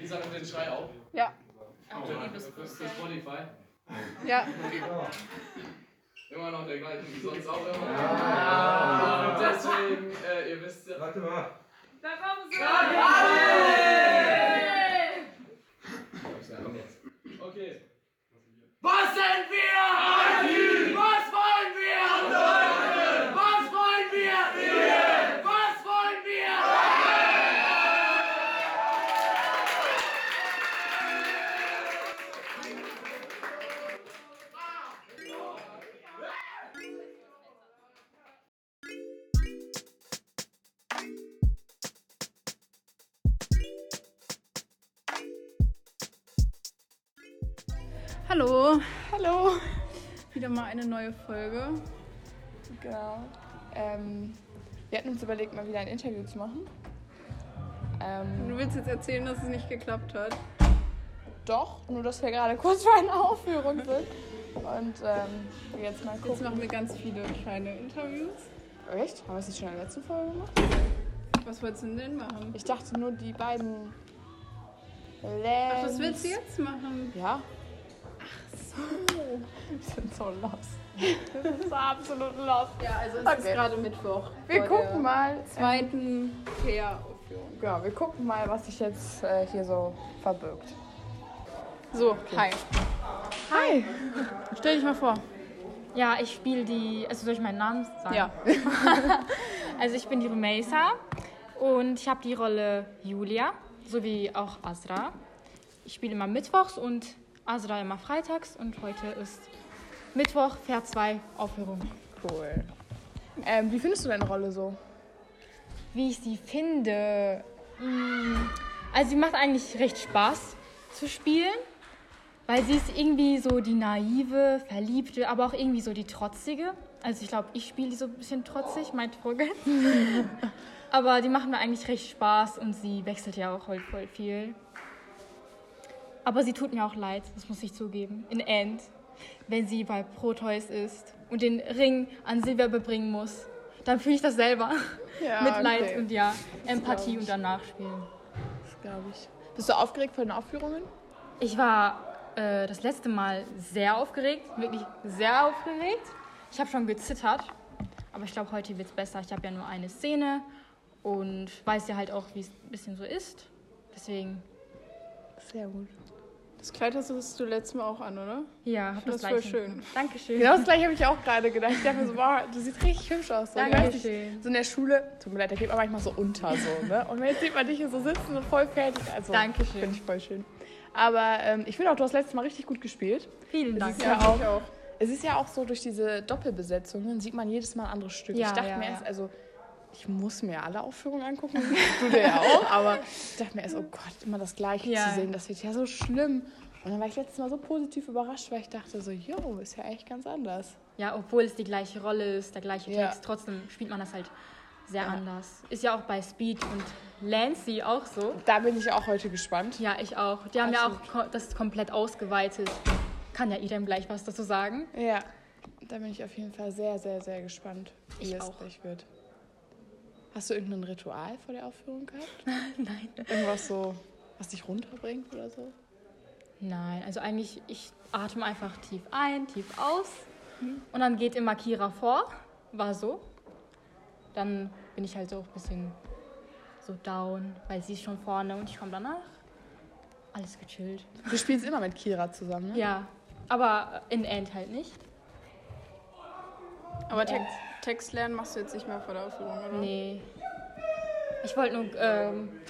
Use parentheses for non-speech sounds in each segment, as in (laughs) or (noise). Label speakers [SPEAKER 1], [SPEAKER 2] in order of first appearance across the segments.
[SPEAKER 1] gesagt, den Schrei auch.
[SPEAKER 2] Ja,
[SPEAKER 1] Auf der- Für für Spotify.
[SPEAKER 2] ja.
[SPEAKER 1] Immer noch der gleiche, wie sonst auch immer. Ja. Und deswegen, äh, ihr wisst ja.
[SPEAKER 3] Warte mal.
[SPEAKER 4] Da kommen sie!
[SPEAKER 1] Okay. Was sind wir? Was wollen wir? Was wollen wir? Was wollen wir?
[SPEAKER 2] Hallo,
[SPEAKER 5] Hallo.
[SPEAKER 2] wieder mal eine neue Folge.
[SPEAKER 5] Genau. Ähm, wir hatten uns überlegt, mal wieder ein Interview zu machen. Ähm,
[SPEAKER 2] Du willst jetzt erzählen, dass es nicht geklappt hat.
[SPEAKER 5] doch, nur dass wir gerade kurz vor einer Aufführung sind. Und ähm, wir jetzt mal
[SPEAKER 2] Jetzt
[SPEAKER 5] gucken.
[SPEAKER 2] machen wir ganz viele kleine Interviews.
[SPEAKER 5] Echt? Haben wir es nicht schon in der letzten Folge gemacht?
[SPEAKER 2] Was wolltest du denn machen?
[SPEAKER 5] Ich dachte nur die beiden.
[SPEAKER 2] Ach,
[SPEAKER 5] Lenz.
[SPEAKER 2] was willst du jetzt machen?
[SPEAKER 5] Ja. Ach so. (laughs) Wir sind so lost. Wir sind so absolut lost.
[SPEAKER 2] Ja, also es
[SPEAKER 5] Okay.
[SPEAKER 2] ist gerade Mittwoch.
[SPEAKER 5] Wir
[SPEAKER 2] vor der
[SPEAKER 5] gucken mal.
[SPEAKER 2] Zweiten Care-Aufführung.
[SPEAKER 5] Ja, wir gucken mal, was sich jetzt äh, hier so verbirgt.
[SPEAKER 2] So, hi.
[SPEAKER 5] Hi.
[SPEAKER 2] Stell dich mal vor.
[SPEAKER 4] Ja, ich spiele die. Also soll ich meinen Namen sagen?
[SPEAKER 2] Ja.
[SPEAKER 4] Also ich bin die Rumesa und ich habe die Rolle Julia sowie auch Azra. Ich spiele immer mittwochs und Azra immer freitags und heute ist Mittwoch, Fair 2, Aufführung.
[SPEAKER 5] Cool. Ähm, wie findest du deine Rolle so?
[SPEAKER 4] Wie ich sie finde. mm, Also sie macht eigentlich recht Spaß zu spielen, weil sie ist irgendwie so die naive, verliebte, aber auch irgendwie so die trotzige. Also ich glaube, ich spiele die so ein bisschen trotzig, meint Vogel. (laughs) aber die macht mir eigentlich recht Spaß und sie wechselt ja auch voll, voll viel. Aber sie tut mir auch leid, das muss ich zugeben. In End, wenn sie bei Proteus ist und den Ring an Silber bebringen muss, dann fühle ich das selber.
[SPEAKER 5] Ja,
[SPEAKER 4] Mitleid
[SPEAKER 5] Ah, okay.
[SPEAKER 4] und ja,
[SPEAKER 5] glaub
[SPEAKER 4] Empathie
[SPEAKER 5] ich.
[SPEAKER 4] und danach spielen.
[SPEAKER 5] Das glaube ich. Bist du aufgeregt vor den Aufführungen?
[SPEAKER 4] Ich war äh, das letzte Mal sehr aufgeregt, wirklich sehr aufgeregt. Ich habe schon gezittert, aber ich glaube, heute wird es besser. Ich habe ja nur eine Szene und weiß ja halt auch, wie es ein bisschen so ist. Deswegen,
[SPEAKER 5] Sehr gut.
[SPEAKER 2] Das Kleid hast du das du letztes Mal auch an, oder?
[SPEAKER 4] ja, hab
[SPEAKER 2] Das
[SPEAKER 4] das,
[SPEAKER 2] ist
[SPEAKER 4] das
[SPEAKER 2] voll
[SPEAKER 4] Gleiche.
[SPEAKER 2] schön.
[SPEAKER 4] Dankeschön.
[SPEAKER 5] Genau das gleiche habe ich auch gerade gedacht. Ich dachte mir so, wow, du siehst richtig hübsch aus. So, Ich weiß nicht,
[SPEAKER 4] Dankeschön.
[SPEAKER 5] so in der Schule, tut mir leid, da geht man manchmal so unter. So, ne? Und jetzt sieht man dich hier so sitzen und voll fertig. Also,
[SPEAKER 4] Dankeschön.
[SPEAKER 5] Finde ich voll schön. Aber ähm, ich finde auch, du hast letztes Mal richtig gut gespielt.
[SPEAKER 4] Vielen Dank.
[SPEAKER 5] ist ja auch, Es ist ja auch so, durch diese Doppelbesetzungen sieht man jedes Mal ein anderes Stück.
[SPEAKER 4] Ja,
[SPEAKER 5] ich dachte
[SPEAKER 4] ja,
[SPEAKER 5] mir
[SPEAKER 4] ja.
[SPEAKER 5] erst, also ich muss mir alle Aufführungen angucken, du dir ja auch, aber ich dachte mir erst, oh Gott, immer das Gleiche
[SPEAKER 4] Ja.
[SPEAKER 5] zu sehen, das wird ja so schlimm. Und dann war ich letztes Mal so positiv überrascht, weil ich dachte so, yo, ist ja eigentlich ganz anders.
[SPEAKER 4] Ja, obwohl es die gleiche Rolle ist, der gleiche
[SPEAKER 5] Ja.
[SPEAKER 4] Text, trotzdem spielt man das halt sehr anders. Ist ja auch bei Speed und Lancy auch so.
[SPEAKER 5] Da bin ich auch heute gespannt.
[SPEAKER 4] Ja, ich auch. Die haben ja auch ko- das komplett ausgeweitet. Kann ja Idem gleich was dazu sagen.
[SPEAKER 5] Ja, da bin ich auf jeden Fall sehr, sehr, sehr gespannt, wie
[SPEAKER 4] Ich
[SPEAKER 5] es
[SPEAKER 4] auch.
[SPEAKER 5] gleich wird. Hast du irgendein Ritual vor der Aufführung (laughs) gehabt?
[SPEAKER 4] Nein.
[SPEAKER 5] Irgendwas so, was dich runterbringt oder so?
[SPEAKER 4] Nein, also eigentlich, ich atme einfach tief ein, tief aus. Und dann geht immer Kira vor. War so. Dann bin ich halt so ein bisschen so down, weil sie ist schon vorne und ich komme danach. Alles gechillt. ne?
[SPEAKER 5] Du spielst immer mit Kira zusammen, ne?
[SPEAKER 4] Ja, aber in End halt nicht.
[SPEAKER 2] Aber Text, Text lernen machst du jetzt nicht mehr vor der Aufführung, oder?
[SPEAKER 4] Nee. Ich wollte nur, ähm,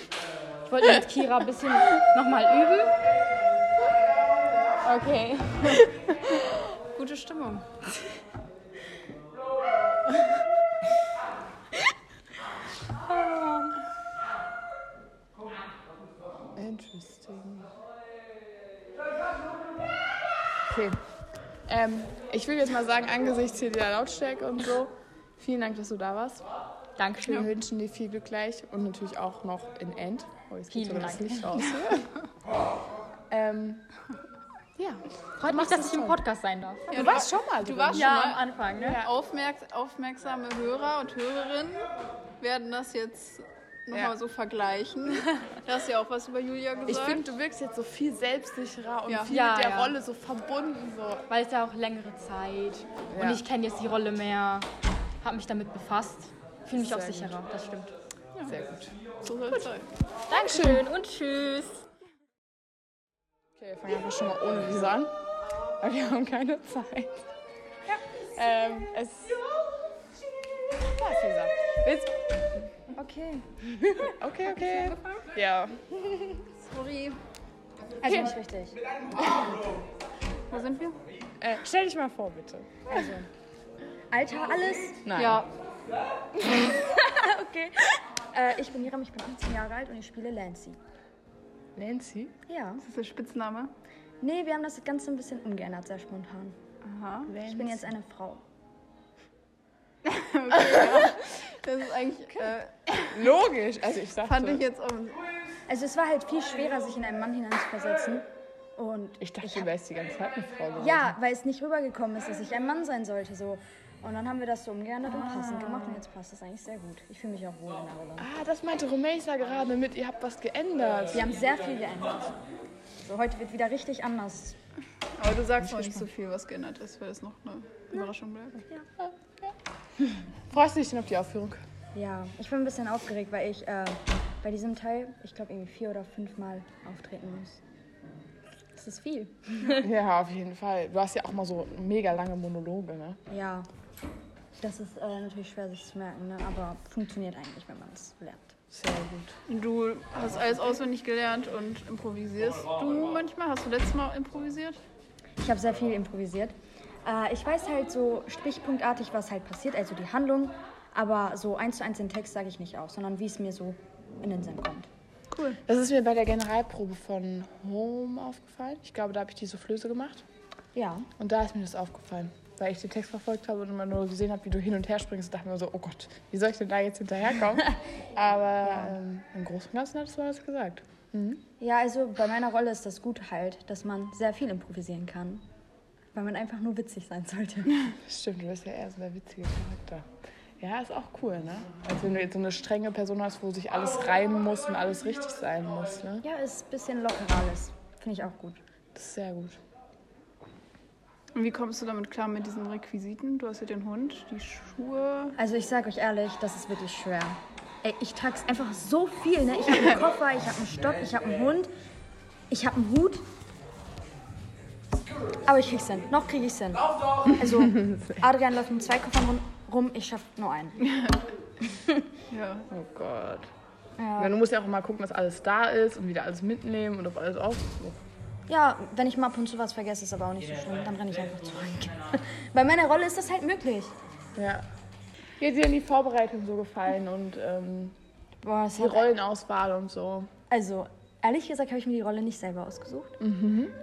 [SPEAKER 4] ich (laughs) wollte nur mit Kira ein bisschen nochmal üben.
[SPEAKER 2] (laughs)
[SPEAKER 4] Okay.
[SPEAKER 2] Gute Stimmung.
[SPEAKER 5] Interesting. Okay. Ähm, ich will jetzt mal sagen, angesichts hier der Lautstärke und so, vielen Dank, dass du da warst. Wir
[SPEAKER 4] Dankeschön.
[SPEAKER 5] wünschen dir viel Glück gleich und natürlich auch noch in End. Oh, jetzt geht
[SPEAKER 4] Vielen
[SPEAKER 5] sogar das
[SPEAKER 4] Dank.
[SPEAKER 5] Licht raus. ähm, ja.
[SPEAKER 4] Freut mich,
[SPEAKER 5] machst
[SPEAKER 4] dass
[SPEAKER 5] das
[SPEAKER 4] ich im
[SPEAKER 5] toll.
[SPEAKER 4] Podcast sein darf.
[SPEAKER 5] Du warst schon mal.
[SPEAKER 2] Du
[SPEAKER 5] drin.
[SPEAKER 2] warst schon
[SPEAKER 4] Ja,
[SPEAKER 2] mal
[SPEAKER 4] am Anfang, ne?
[SPEAKER 2] Aufmerks- aufmerksame Hörer und Hörerinnen werden das jetzt nochmal
[SPEAKER 5] Ja.
[SPEAKER 2] so (laughs) vergleichen. Da hast du ja auch was über Julia gesagt.
[SPEAKER 5] Ich finde, du wirkst jetzt so viel selbstsicherer und
[SPEAKER 2] Ja.
[SPEAKER 5] viel
[SPEAKER 4] Ja,
[SPEAKER 5] mit der
[SPEAKER 4] ja.
[SPEAKER 5] Rolle so verbunden. So.
[SPEAKER 4] Weil es ja auch längere Zeit. Und
[SPEAKER 5] Ja.
[SPEAKER 4] ich kenne jetzt die Rolle mehr. Habe mich damit befasst. Fühle mich auch
[SPEAKER 5] Sehr gut.
[SPEAKER 4] sicherer. Das stimmt.
[SPEAKER 5] Sehr gut.
[SPEAKER 2] so soll es sein.
[SPEAKER 4] Dankeschön und tschüss.
[SPEAKER 5] Okay, wir fangen einfach schon mal ohne Visa an, weil wir haben keine Zeit. Ähm, es. Da ist Visa. Willst...
[SPEAKER 4] Okay.
[SPEAKER 5] Okay, okay. Ja.
[SPEAKER 2] Sorry.
[SPEAKER 4] Also nicht richtig.
[SPEAKER 2] Wo sind wir?
[SPEAKER 5] Äh, stell dich mal vor, bitte.
[SPEAKER 3] Alter alles.
[SPEAKER 5] Nein.
[SPEAKER 2] Ja.
[SPEAKER 3] Okay. Äh, ich bin Hiram, ich bin 18 Jahre alt und ich spiele Lancy.
[SPEAKER 5] Nancy?
[SPEAKER 3] Ja.
[SPEAKER 2] Das ist der Spitzname.
[SPEAKER 3] Nee, wir haben das Ganze ein bisschen umgeändert, sehr spontan.
[SPEAKER 2] Aha.
[SPEAKER 3] Ich bin jetzt eine Frau.
[SPEAKER 2] Das ist eigentlich, äh,
[SPEAKER 5] Logisch. Also ich dachte.
[SPEAKER 2] fand ich jetzt auch.
[SPEAKER 3] Also es war halt viel schwerer, sich in einen Mann hineinzuversetzen. Und
[SPEAKER 5] Ich dachte, du wärst die ganze Zeit eine Frau gewesen.
[SPEAKER 3] ja, weil es nicht rübergekommen ist, dass ich ein Mann sein sollte. So. Und dann haben wir das so umgeändert und passend gemacht und jetzt passt das eigentlich sehr gut. Ich fühle mich auch wohl in der Rolle.
[SPEAKER 5] Ah, das meinte Romesa gerade mit, ihr habt was geändert.
[SPEAKER 3] Wir haben sehr viel geändert. So, heute wird wieder richtig anders.
[SPEAKER 2] Aber du sagst noch nicht so viel, was geändert ist, weil das noch eine Überraschung bleibt.
[SPEAKER 5] Freust du dich denn auf die Aufführung?
[SPEAKER 3] Ja, ich bin ein bisschen aufgeregt, weil ich äh, bei diesem Teil, ich glaube, irgendwie vier oder fünfmal auftreten muss. Das ist viel.
[SPEAKER 5] Ja, auf jeden Fall. Du hast ja auch mal so mega lange Monologe, ne?
[SPEAKER 3] Ja, das ist äh, natürlich schwer sich zu merken, ne? aber funktioniert eigentlich, wenn man es lernt.
[SPEAKER 5] Sehr gut.
[SPEAKER 2] Und Du hast alles auswendig gelernt und improvisierst du manchmal? Hast du letztes Mal improvisiert?
[SPEAKER 3] Ich habe sehr viel improvisiert. Äh, ich weiß halt so stichpunktartig, was halt passiert, also die Handlung, aber so eins zu eins den Text sage ich nicht aus, sondern wie es mir so in den Sinn kommt.
[SPEAKER 5] Das ist mir bei der Generalprobe von Home aufgefallen. Ich glaube, da habe ich die Soufflöse gemacht.
[SPEAKER 3] Ja,
[SPEAKER 5] Und da ist mir das aufgefallen, weil ich den Text verfolgt habe und immer nur gesehen habe, wie du hin und her springst. Und dachte mir so, oh Gott, wie soll ich denn da jetzt (laughs) hinterherkommen? Aber ähm, im Großen und Ganzen hattest du alles gesagt.
[SPEAKER 3] ja, also bei meiner Rolle ist das Gute halt, dass man sehr viel improvisieren kann, weil man einfach nur witzig sein sollte.
[SPEAKER 5] Stimmt, du bist ja eher so der witzige Charakter. Ja, ist auch cool, ne? Als wenn du jetzt so eine strenge Person hast, wo sich alles reimen muss und alles richtig sein muss, ne?
[SPEAKER 3] Ja, ist ein bisschen lockerer alles. Finde ich auch gut.
[SPEAKER 5] Das ist sehr gut.
[SPEAKER 2] Und wie kommst du damit klar mit diesen Requisiten? Du hast ja den Hund, die Schuhe.
[SPEAKER 3] Also ich sag euch ehrlich, das ist wirklich schwer. Ey, ich trag's einfach so viel, ne? Ich habe einen Koffer, ich habe einen Stock, ich habe einen Hund, ich habe einen Hut. Aber ich krieg's hin. Noch krieg ich's hin. Also Adrian läuft mit zwei Koffern rum- rum, ich schaff nur einen.
[SPEAKER 2] Ja.
[SPEAKER 5] Oh Gott. Ja. Du musst ja auch immer gucken, dass alles da ist und wieder alles mitnehmen und auf alles auf.
[SPEAKER 3] Ja, wenn ich mal ab und zu was vergesse, ist aber auch nicht so schlimm. Dann renne ich einfach zurück. (laughs) Bei meiner Rolle ist das halt möglich.
[SPEAKER 5] Ja. Wie hat dir denn die Vorbereitung so gefallen und ähm,
[SPEAKER 3] Boah, das
[SPEAKER 5] die Rollenauswahl und so?
[SPEAKER 3] Also, ehrlich gesagt habe ich mir die Rolle nicht selber ausgesucht.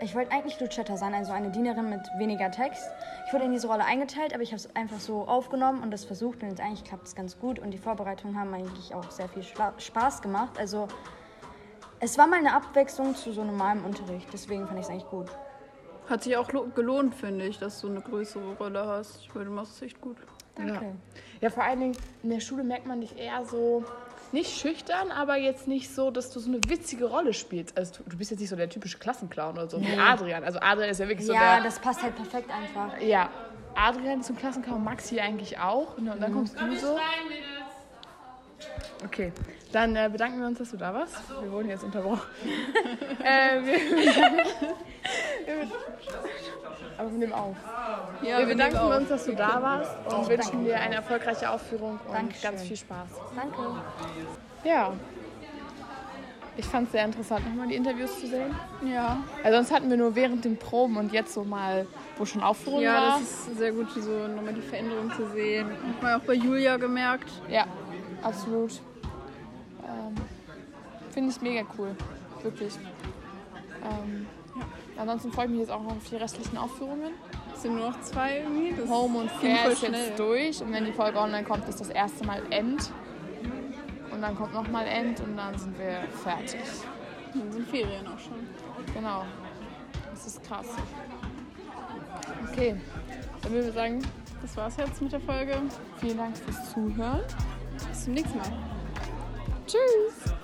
[SPEAKER 3] Ich wollte eigentlich Lucetta sein, also eine Dienerin mit weniger Text. Ich wurde in diese Rolle eingeteilt, aber ich habe es einfach so aufgenommen und das versucht und jetzt eigentlich klappt es ganz gut. Und die Vorbereitungen haben eigentlich auch sehr viel Schla- Spaß gemacht. Also, es war mal eine Abwechslung zu so normalem Unterricht, deswegen fand ich es eigentlich gut.
[SPEAKER 2] Hat sich auch lo- gelohnt, finde ich, dass du eine größere Rolle hast, weil du machst es echt gut.
[SPEAKER 5] Ja. ja, vor allen Dingen in der Schule merkt man dich eher so nicht schüchtern, aber jetzt nicht so, dass du so eine witzige Rolle spielst. Also du, du bist jetzt nicht so der typische Klassenclown oder so wie Adrian. Also Adrian ist ja wirklich so
[SPEAKER 3] Ja,
[SPEAKER 5] der
[SPEAKER 3] das passt halt perfekt einfach.
[SPEAKER 5] Ja, Adrian zum Klassenkampf, Maxi eigentlich auch. Ne? Und dann kommst du so. Okay, dann äh, bedanken wir uns, dass du da warst. Wir wurden jetzt unterbrochen. äh, wir, (laughs) wir, aber wir nehmen auf.
[SPEAKER 2] Ja,
[SPEAKER 5] wir bedanken uns, dass du da warst und wünschen dir eine erfolgreiche Aufführung und
[SPEAKER 3] Dankeschön.
[SPEAKER 5] ganz viel Spaß.
[SPEAKER 3] Danke.
[SPEAKER 5] Ja. Ich fand es sehr interessant, nochmal die Interviews zu sehen.
[SPEAKER 2] Ja.
[SPEAKER 5] Also sonst hatten wir nur während den Proben und jetzt so mal, wo schon Aufführung
[SPEAKER 2] Ja,
[SPEAKER 5] war.
[SPEAKER 2] das ist sehr gut, so nochmal die Veränderung zu sehen. Hat man auch bei Julia gemerkt.
[SPEAKER 5] Ja, absolut. Ähm, Finde ich mega cool. Wirklich. Ähm, ja. Ansonsten freue ich mich jetzt auch noch auf die restlichen Aufführungen.
[SPEAKER 2] Es sind nur noch zwei irgendwie. Das
[SPEAKER 5] Home und
[SPEAKER 2] ging
[SPEAKER 5] Fair
[SPEAKER 2] voll
[SPEAKER 5] ist
[SPEAKER 2] schnell.
[SPEAKER 5] jetzt durch. Und wenn die Folge online kommt, ist das erste Mal End. Und dann kommt nochmal End und dann sind wir fertig.
[SPEAKER 2] Dann sind Ferien auch schon.
[SPEAKER 5] Genau. Das ist krass. Okay. Dann würden wir sagen,
[SPEAKER 2] Das war's jetzt mit der Folge.
[SPEAKER 5] vielen Dank fürs Zuhören.
[SPEAKER 2] Bis zum nächsten Mal.
[SPEAKER 5] Tschüss.